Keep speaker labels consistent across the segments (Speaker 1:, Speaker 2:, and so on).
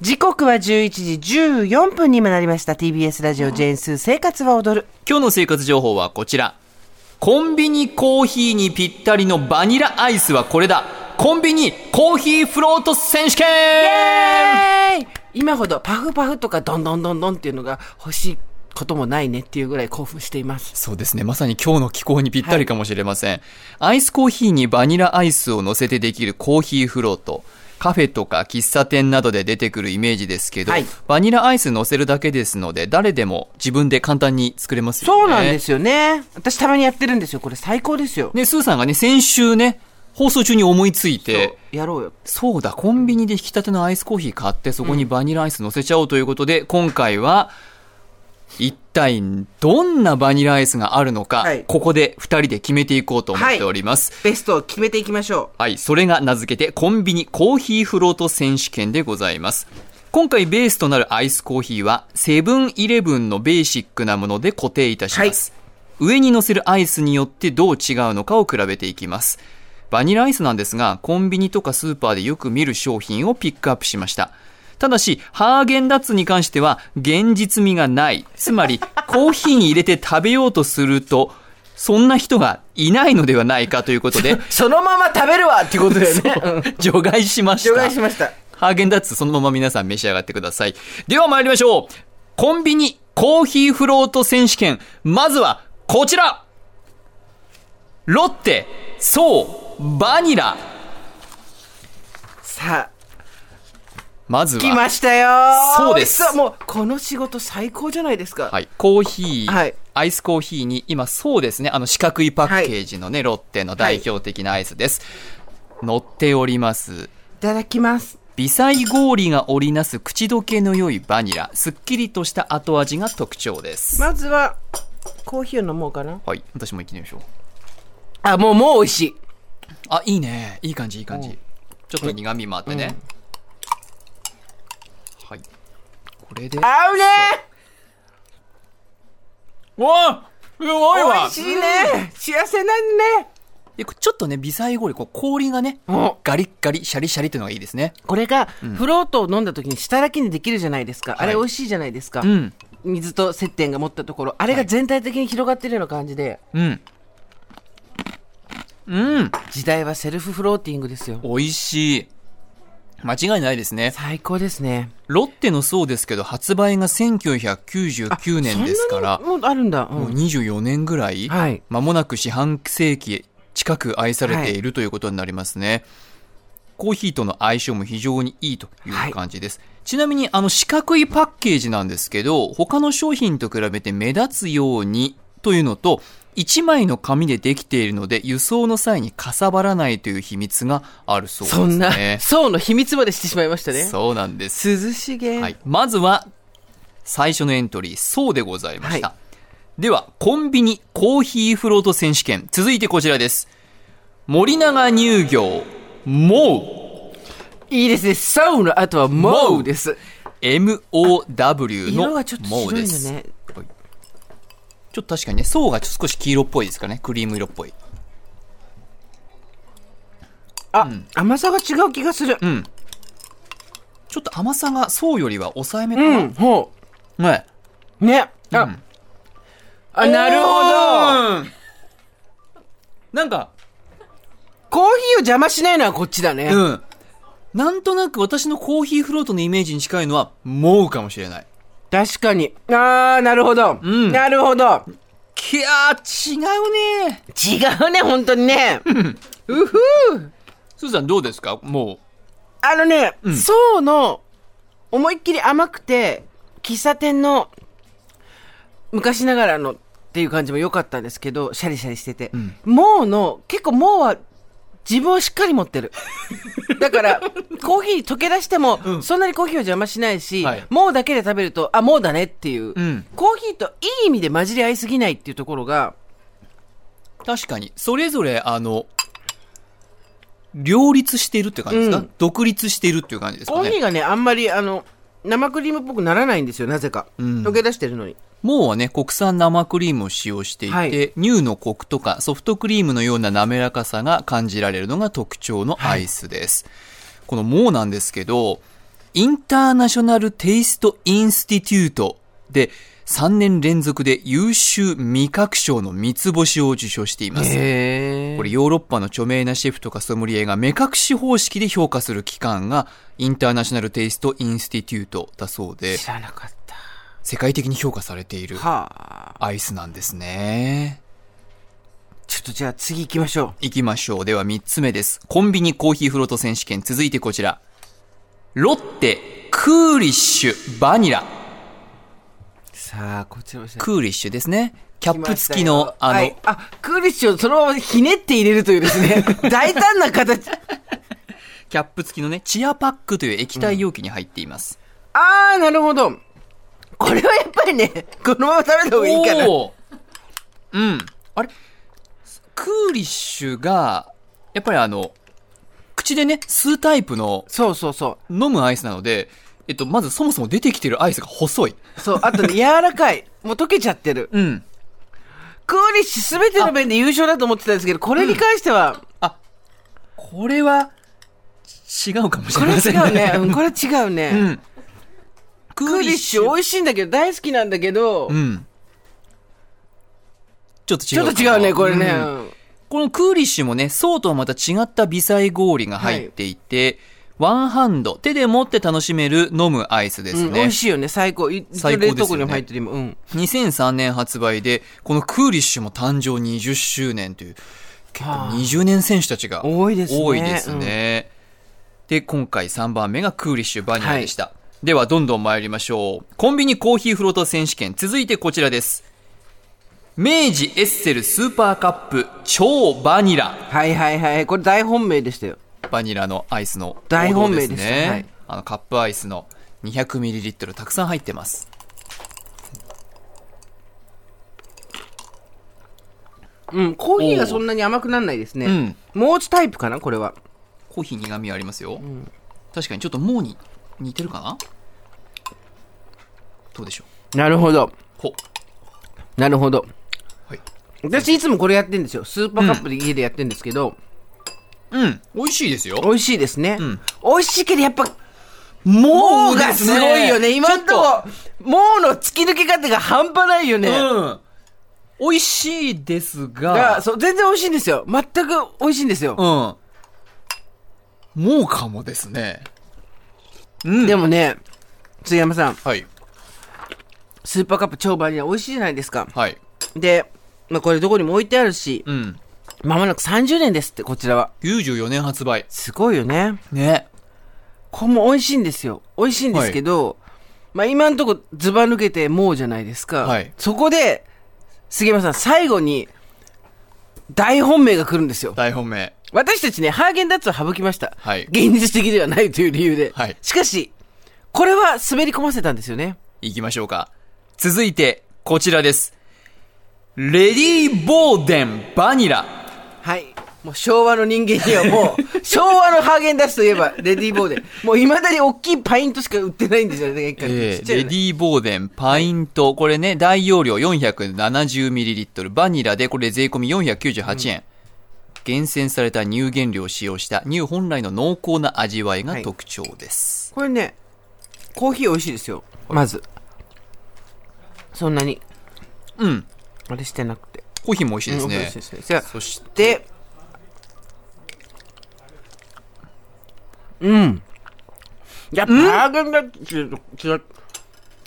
Speaker 1: 時刻は11時14分にもなりました。TBS ラジオジェーンスー生活は踊る。
Speaker 2: 今日の生活情報はこちらコンビニコーヒーにぴったりのバニラアイスはこれだコンビニコーヒーフロート選手権
Speaker 1: えーい今ほどパフパフとかどんどんどんどんっていうのが欲しいこともないねっていうぐらい興奮しています。
Speaker 2: そうですね。まさに今日の気候にぴったりかもしれません。アイスコーヒーにバニラアイスを乗せてできるコーヒーフロート。カフェとか喫茶店などで出てくるイメージですけど、
Speaker 1: はい
Speaker 2: バニラアイス乗せるだけですので、誰でも自分で簡単に作れますよね。
Speaker 1: そうなんですよね。私たまにやってるんですよ。これ最高ですよ。
Speaker 2: ね、スーさんがね、先週ね、放送中に思いついて、
Speaker 1: やろうよ。
Speaker 2: そうだ、コンビニで引き立てのアイスコーヒー買って、そこにバニラアイス乗せちゃおうということで、今回は、一体どんなバニラアイスがあるのか、
Speaker 1: はい
Speaker 2: ここで二人で決めていこうと思っております。
Speaker 1: ベストを決めていきましょ
Speaker 2: はい、それが名付けてコンビニコーヒーフロート選手権でございます。今回ベースとなるアイスコーヒーはセブンイレブンのベーシックなもので固定いたします。上に乗せるアイスによってどう違うのかを比べていきます。バニラアイスなんですが、コンビニとかスーパーでよく見る商品をピックアップしました。ただし、ハーゲンダッツに関しては現実味がない。つ まり、コーヒーに入れて食べようとすると、そんな人がいないのではないかということで
Speaker 1: う。、そのまま食べるわっていうことだ よね。うん
Speaker 2: 除外しました。
Speaker 1: 除外しました。
Speaker 2: ハーゲンダッツそのまま皆さん召し上がってください。では参りましょう。コンビニコーヒーフロート選手権。まずはこちら。ロッテ、そう、バニラ。
Speaker 1: さあ、
Speaker 2: まず
Speaker 1: 来
Speaker 2: は、
Speaker 1: ましたよー
Speaker 2: そうです
Speaker 1: 美味しそうもう、この仕事最高じゃないですか。
Speaker 2: はい、コーヒー、
Speaker 1: はい
Speaker 2: アイスコーヒーに今そうですね、あの四角いパッケージのね、ロッテの代表的なアイスです。乗っております。
Speaker 1: いただきます。
Speaker 2: 微細氷が織りなす口どけの良いバニラ。すっきりとした後味が特徴です。
Speaker 1: まずは、コーヒーを飲もうかな。
Speaker 2: はい、私も行ってみましょう。
Speaker 1: あ、もう、もう美味しい。
Speaker 2: あ、いいね。いい感じ、いい感
Speaker 1: う
Speaker 2: じ
Speaker 1: ん。
Speaker 2: ちょっと苦味もあってね。はい。これで。
Speaker 1: 合うね
Speaker 2: わすご
Speaker 1: 美味しいね幸せなんね
Speaker 2: で、こうちょっとね、微細氷、こう氷がね、
Speaker 1: お
Speaker 2: ガリッガリ、シャリシャリっていうのがいいですね。
Speaker 1: これが、フロートを飲んだ時に下だけにできるじゃないですか。
Speaker 2: い
Speaker 1: あれ美味しいじゃないですか。
Speaker 2: うん。
Speaker 1: 水と接点が持ったところ。あれが全体的に広がってるような感じで、
Speaker 2: うん。うん。
Speaker 1: 時代はセルフフローティングですよ。
Speaker 2: 美味しい。間違いないですね。
Speaker 1: 最高ですね。
Speaker 2: ロッテのそうですけど、発売が1999年ですから
Speaker 1: そん、なにもうあるんだ。
Speaker 2: もう
Speaker 1: うん。
Speaker 2: 24年ぐらい、
Speaker 1: はい
Speaker 2: 間もなく四半世紀近く愛されているということになりますね、コーヒーとの相性も非常にいいという感じです、ちなみにあの四角いパッケージなんですけど他の商品と比べて目立つようにというのと1枚の紙でできているので輸送の際にかさばらないという秘密があるそうです
Speaker 1: そんな
Speaker 2: ね、
Speaker 1: 層の秘密までしてしまいましたね。
Speaker 2: そうなんです
Speaker 1: 涼しげ。
Speaker 2: はい、まずは最初のエントリー、そうでございました。では、コンビニコーヒーフロート選手権、続いてこちらです。森永乳業、も
Speaker 1: いいですね。層の後はも
Speaker 2: もう
Speaker 1: うです。
Speaker 2: う、MOW の
Speaker 1: 色がちょっと
Speaker 2: もう
Speaker 1: 白い
Speaker 2: で
Speaker 1: の
Speaker 2: す。
Speaker 1: ね。
Speaker 2: ちょっと確かにね、層が少し黄色っぽいですかね、クリーム色っぽい。
Speaker 1: あ、甘さが違う気がする。
Speaker 2: うん。ちょっと甘さが層よりは抑えめか
Speaker 1: う
Speaker 2: な。
Speaker 1: ん、ほ
Speaker 2: ね
Speaker 1: う。ね。あ、
Speaker 2: うん
Speaker 1: あなるほど。
Speaker 2: どなんか、
Speaker 1: コーヒーを邪魔しないのはこっちだね。
Speaker 2: うん。なんとなく私のコーヒーフロートのイメージに近いのは、もうかもしれない。
Speaker 1: 確かに。あー、なるほど。
Speaker 2: ん
Speaker 1: なるほど。
Speaker 2: きゃー、違うね
Speaker 1: 違うね、本当にね。うふう。
Speaker 2: すーさんどうですかも
Speaker 1: あのね、
Speaker 2: ん
Speaker 1: そうの、思いっきり甘くて、喫茶店の、昔ながらのっていう感じも良かったんですけど、シャリシャリしてて。
Speaker 2: ん
Speaker 1: もうの、結構もうは、自分をしっかり持って る。だから、コーヒー溶け出しても、そんなにコーヒーを邪魔しないし、
Speaker 2: はい
Speaker 1: もうだけで食べると、あ、もうだねっていう、
Speaker 2: ん
Speaker 1: コーヒーといい意味で混じり合いすぎないっていうところが、
Speaker 2: う、確かに、それぞれ、あの、両立してるって感じですか、
Speaker 1: うん
Speaker 2: 独立してるっていう感じです
Speaker 1: コ
Speaker 2: か
Speaker 1: ーヒー
Speaker 2: ね
Speaker 1: がね、あんまり、あの、生クリームっぽくならないんですよ、なぜか。
Speaker 2: ん
Speaker 1: 溶け出してるのに。
Speaker 2: もうはね、国産生クリームを使用していて、
Speaker 1: はい
Speaker 2: 乳のコクとかソフトクリームのような滑らかさが感じられるのが特徴のアイスです。このもうなんですけど、インターナショナルテイストインスティテュートで3年連続で優秀味覚賞の三つ星を受賞しています。
Speaker 1: へえ
Speaker 2: これヨーロッパの著名なシェフとかソムリエが目隠し方式で評価する機関がインターナショナルテイストインスティテュートだそうで
Speaker 1: 知らなかった
Speaker 2: 世界的に評価されている
Speaker 1: はあ
Speaker 2: アイスなんですね。
Speaker 1: ちょっとじゃあ次行きましょ
Speaker 2: 行きましょう。では3つ目です。コンビニコーヒーフロート選手権。続いてこちら。ロッテクーリッシュバニラ。
Speaker 1: うさあこちらも
Speaker 2: クーリッシュですね。キャップ付きの、あの、
Speaker 1: はいあクーリッシュをそのままひねって入れるというです ね大胆な形
Speaker 2: キャップ付きのね、チアパックという液体容器に入っています。
Speaker 1: ああなるほどこれはやっぱりねこのまま食べた方がいいかな
Speaker 2: おーうん。あれクーリッシュが、やっぱりあの、口でね、吸うタイプの
Speaker 1: そうそうそ
Speaker 2: 飲むアイスなので、えっと、まずそもそも出てきてるアイスが細い。
Speaker 1: うそうあと ね柔らかいもう溶けちゃってる
Speaker 2: うん。
Speaker 1: クーリッシュ全ての面で優勝だと思ってたんですけどこれに関しては、
Speaker 2: あ、これは、違うかもし
Speaker 1: こ
Speaker 2: れ
Speaker 1: れ
Speaker 2: ません
Speaker 1: 違うね。うんこれ違うね。
Speaker 2: うん。ク
Speaker 1: クーリッシュ美味しいんだけど、大好きなんだけど、
Speaker 2: うん。ちょっと違
Speaker 1: ち
Speaker 2: うか
Speaker 1: ょ
Speaker 2: も。
Speaker 1: っと違うね、これね。
Speaker 2: うんこのクーリッシュもね、層とはまた違った微細氷が入っていて、ワンハンド、手で持って楽しめる飲むアイスです
Speaker 1: うん美
Speaker 2: ね
Speaker 1: 味。しいよね、最高。い
Speaker 2: 最高ですよね
Speaker 1: 冷凍庫にも入ってる今。うん。
Speaker 2: 2003年発売で、このクーリッシュも誕生20周年という、結構
Speaker 1: はあ
Speaker 2: 20年選手たちが
Speaker 1: 多いですね
Speaker 2: 多いですねで、今回3番目がクーリッシュバニラでした。では、どんどん参りましょう。コンビニコーヒーフロート選手権、続いてこちらです。明治エッセルスーパーカップ超バニラ。
Speaker 1: はいはいはい。これ大本命でしたよ。
Speaker 2: バニラのアイスの
Speaker 1: 大本命
Speaker 2: 王道
Speaker 1: ですはい
Speaker 2: あのカップアイスの 200ml たくさん入ってます
Speaker 1: うん。コーヒーがそんなに甘くなんないですね。
Speaker 2: うん
Speaker 1: もうちタイプかな、これは。
Speaker 2: コーヒー苦味ありますよ、確かにちょっともうに似てるかなどうでしょう
Speaker 1: なるほど。
Speaker 2: ほ
Speaker 1: なるほど。
Speaker 2: はい
Speaker 1: 私いつもこれやってんですよ。スーパーカップで家でやってんですけど、
Speaker 2: うん美味しいですよ
Speaker 1: 美味しいですね。
Speaker 2: ん
Speaker 1: 美味しいけど、やっぱ、
Speaker 2: も
Speaker 1: もうがすごいよね。今んとこ、もうの突き抜け方が半端ないよね。
Speaker 2: うん美味しいです
Speaker 1: だから
Speaker 2: が
Speaker 1: そう全然美味しいんですよ全く美味しいんですよ、
Speaker 2: うんもうかもですねうん
Speaker 1: でもね杉山さん
Speaker 2: はい
Speaker 1: スーパーカップ超バニラ美味しいじゃないですか
Speaker 2: はい
Speaker 1: で、まあ、これどこにも置いてあるし
Speaker 2: うん
Speaker 1: まもなく30年ですってこちらは
Speaker 2: 94年発売
Speaker 1: すごいよね
Speaker 2: ね
Speaker 1: これも美味しいんですよ美味しいんですけど、まあ今んとこずば抜けてもうじゃないですか、
Speaker 2: はい
Speaker 1: そこで杉山さん最後に大本命が来るんですよ
Speaker 2: 大本命
Speaker 1: 私たちね、ハーゲンダッツを省きました。
Speaker 2: はい
Speaker 1: 現実的ではないという理由で。
Speaker 2: はい
Speaker 1: しかし、これは滑り込ませたんですよね。
Speaker 2: 行きましょうか。続いて、こちらです。レディー・ボーデン・バニラ。
Speaker 1: はい。もう昭和の人間にはも う、昭和のハーゲンダッツといえば、レディーボーデン。もう未だに大きいパイントしか売ってないんですよね、
Speaker 2: え
Speaker 1: ちっ
Speaker 2: ー
Speaker 1: ちゃい
Speaker 2: レ
Speaker 1: のね
Speaker 2: ディー・ボーデン、パイント。これね、大容量 470ml、バニラで、これ税込み498円。厳選された乳原料を使用した乳本来の濃厚な味わいが特徴です。
Speaker 1: これね、コーヒー美味しいですよ。まず。そんなに、
Speaker 2: うん。
Speaker 1: あれしてなくて。
Speaker 2: コーヒーも美味しいです
Speaker 1: うん美
Speaker 2: ね
Speaker 1: 味。しいですね。じゃあ
Speaker 2: そして、
Speaker 1: で、うん。いや、ハーゲンダッツと違う。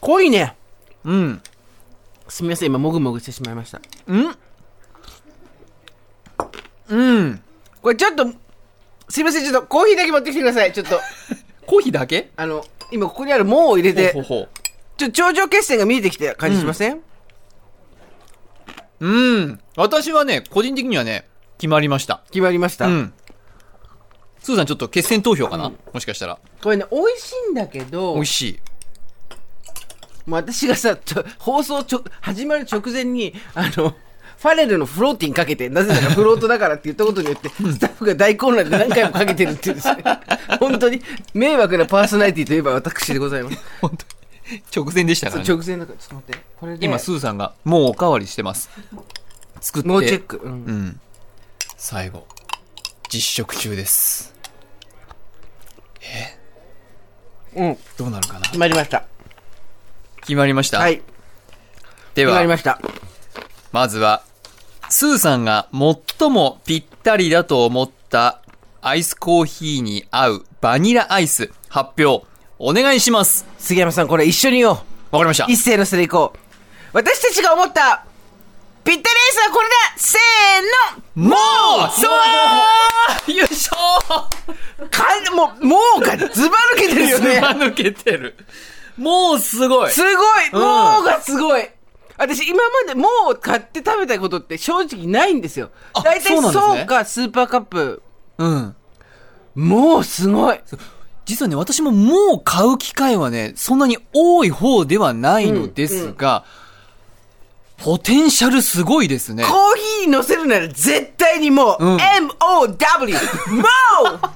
Speaker 1: 濃いね。
Speaker 2: うん。
Speaker 1: すみません、今、もぐもぐしてしまいました。
Speaker 2: うん。
Speaker 1: これちょっと、すみません、ちょっとコーヒーだけ持ってきてください。ちょっと、
Speaker 2: コーヒーだけ
Speaker 1: あの、今ここにあるもうを入れて、
Speaker 2: ほうほうほ
Speaker 1: ちょっと頂上決戦が見えてきた感じしません、
Speaker 2: ううん。私はね、個人的にはね、決まりました。
Speaker 1: 決まりました、
Speaker 2: うん。スーさん、ちょっと決選投票かな、もしかしたら。
Speaker 1: これね、美味しいんだけど、
Speaker 2: 美味しい。
Speaker 1: もう私がさ、ちょ放送ちょ始まる直前に、あの、ファレルのフローティンかけて、なぜならフロートだからって言ったことによって、スタッフが大混乱で何回もかけてるっていうですね。本当に迷惑なパーソナリティといえば私でございます。
Speaker 2: 本当に。直前でしたからね。
Speaker 1: 直前だから、ちょっと待って。これで
Speaker 2: 今、スーさんが、もうおかわりしてます。作って。
Speaker 1: ノーチェック。うん
Speaker 2: うん。最後。実食中です。え
Speaker 1: うん。
Speaker 2: どうなるかな
Speaker 1: 決まりました。
Speaker 2: 決まりました。
Speaker 1: はい。
Speaker 2: で
Speaker 1: 決まり
Speaker 2: は、
Speaker 1: ました。
Speaker 2: まずは、スーさんが最もぴったりだと思ったアイスコーヒーに合うバニラアイス発表お願いします。
Speaker 1: 杉山さん、これ一緒に言おう。
Speaker 2: わかりました
Speaker 1: 一。斉のせでいこう。私たちが思った、ぴったりアイスはこれだせーの
Speaker 2: もうそうよいしょ
Speaker 1: かん、もう、もうがズバ抜けてるよ
Speaker 2: ず
Speaker 1: ね。
Speaker 2: ば抜けてる。もうすごい。
Speaker 1: すごい
Speaker 2: ん
Speaker 1: もうがすごい私今までもう買って食べたことって正直ないんですよ。
Speaker 2: あ
Speaker 1: 大体
Speaker 2: そうなんですね
Speaker 1: そうか、スーパーカップ。
Speaker 2: うん。
Speaker 1: もうすごい
Speaker 2: 実はね、私ももう買う機会はね、そんなに多い方ではないのですが、ポテンシャルすごいですね。
Speaker 1: コーヒーに乗せるなら絶対にもう、
Speaker 2: うん
Speaker 1: MOW! もう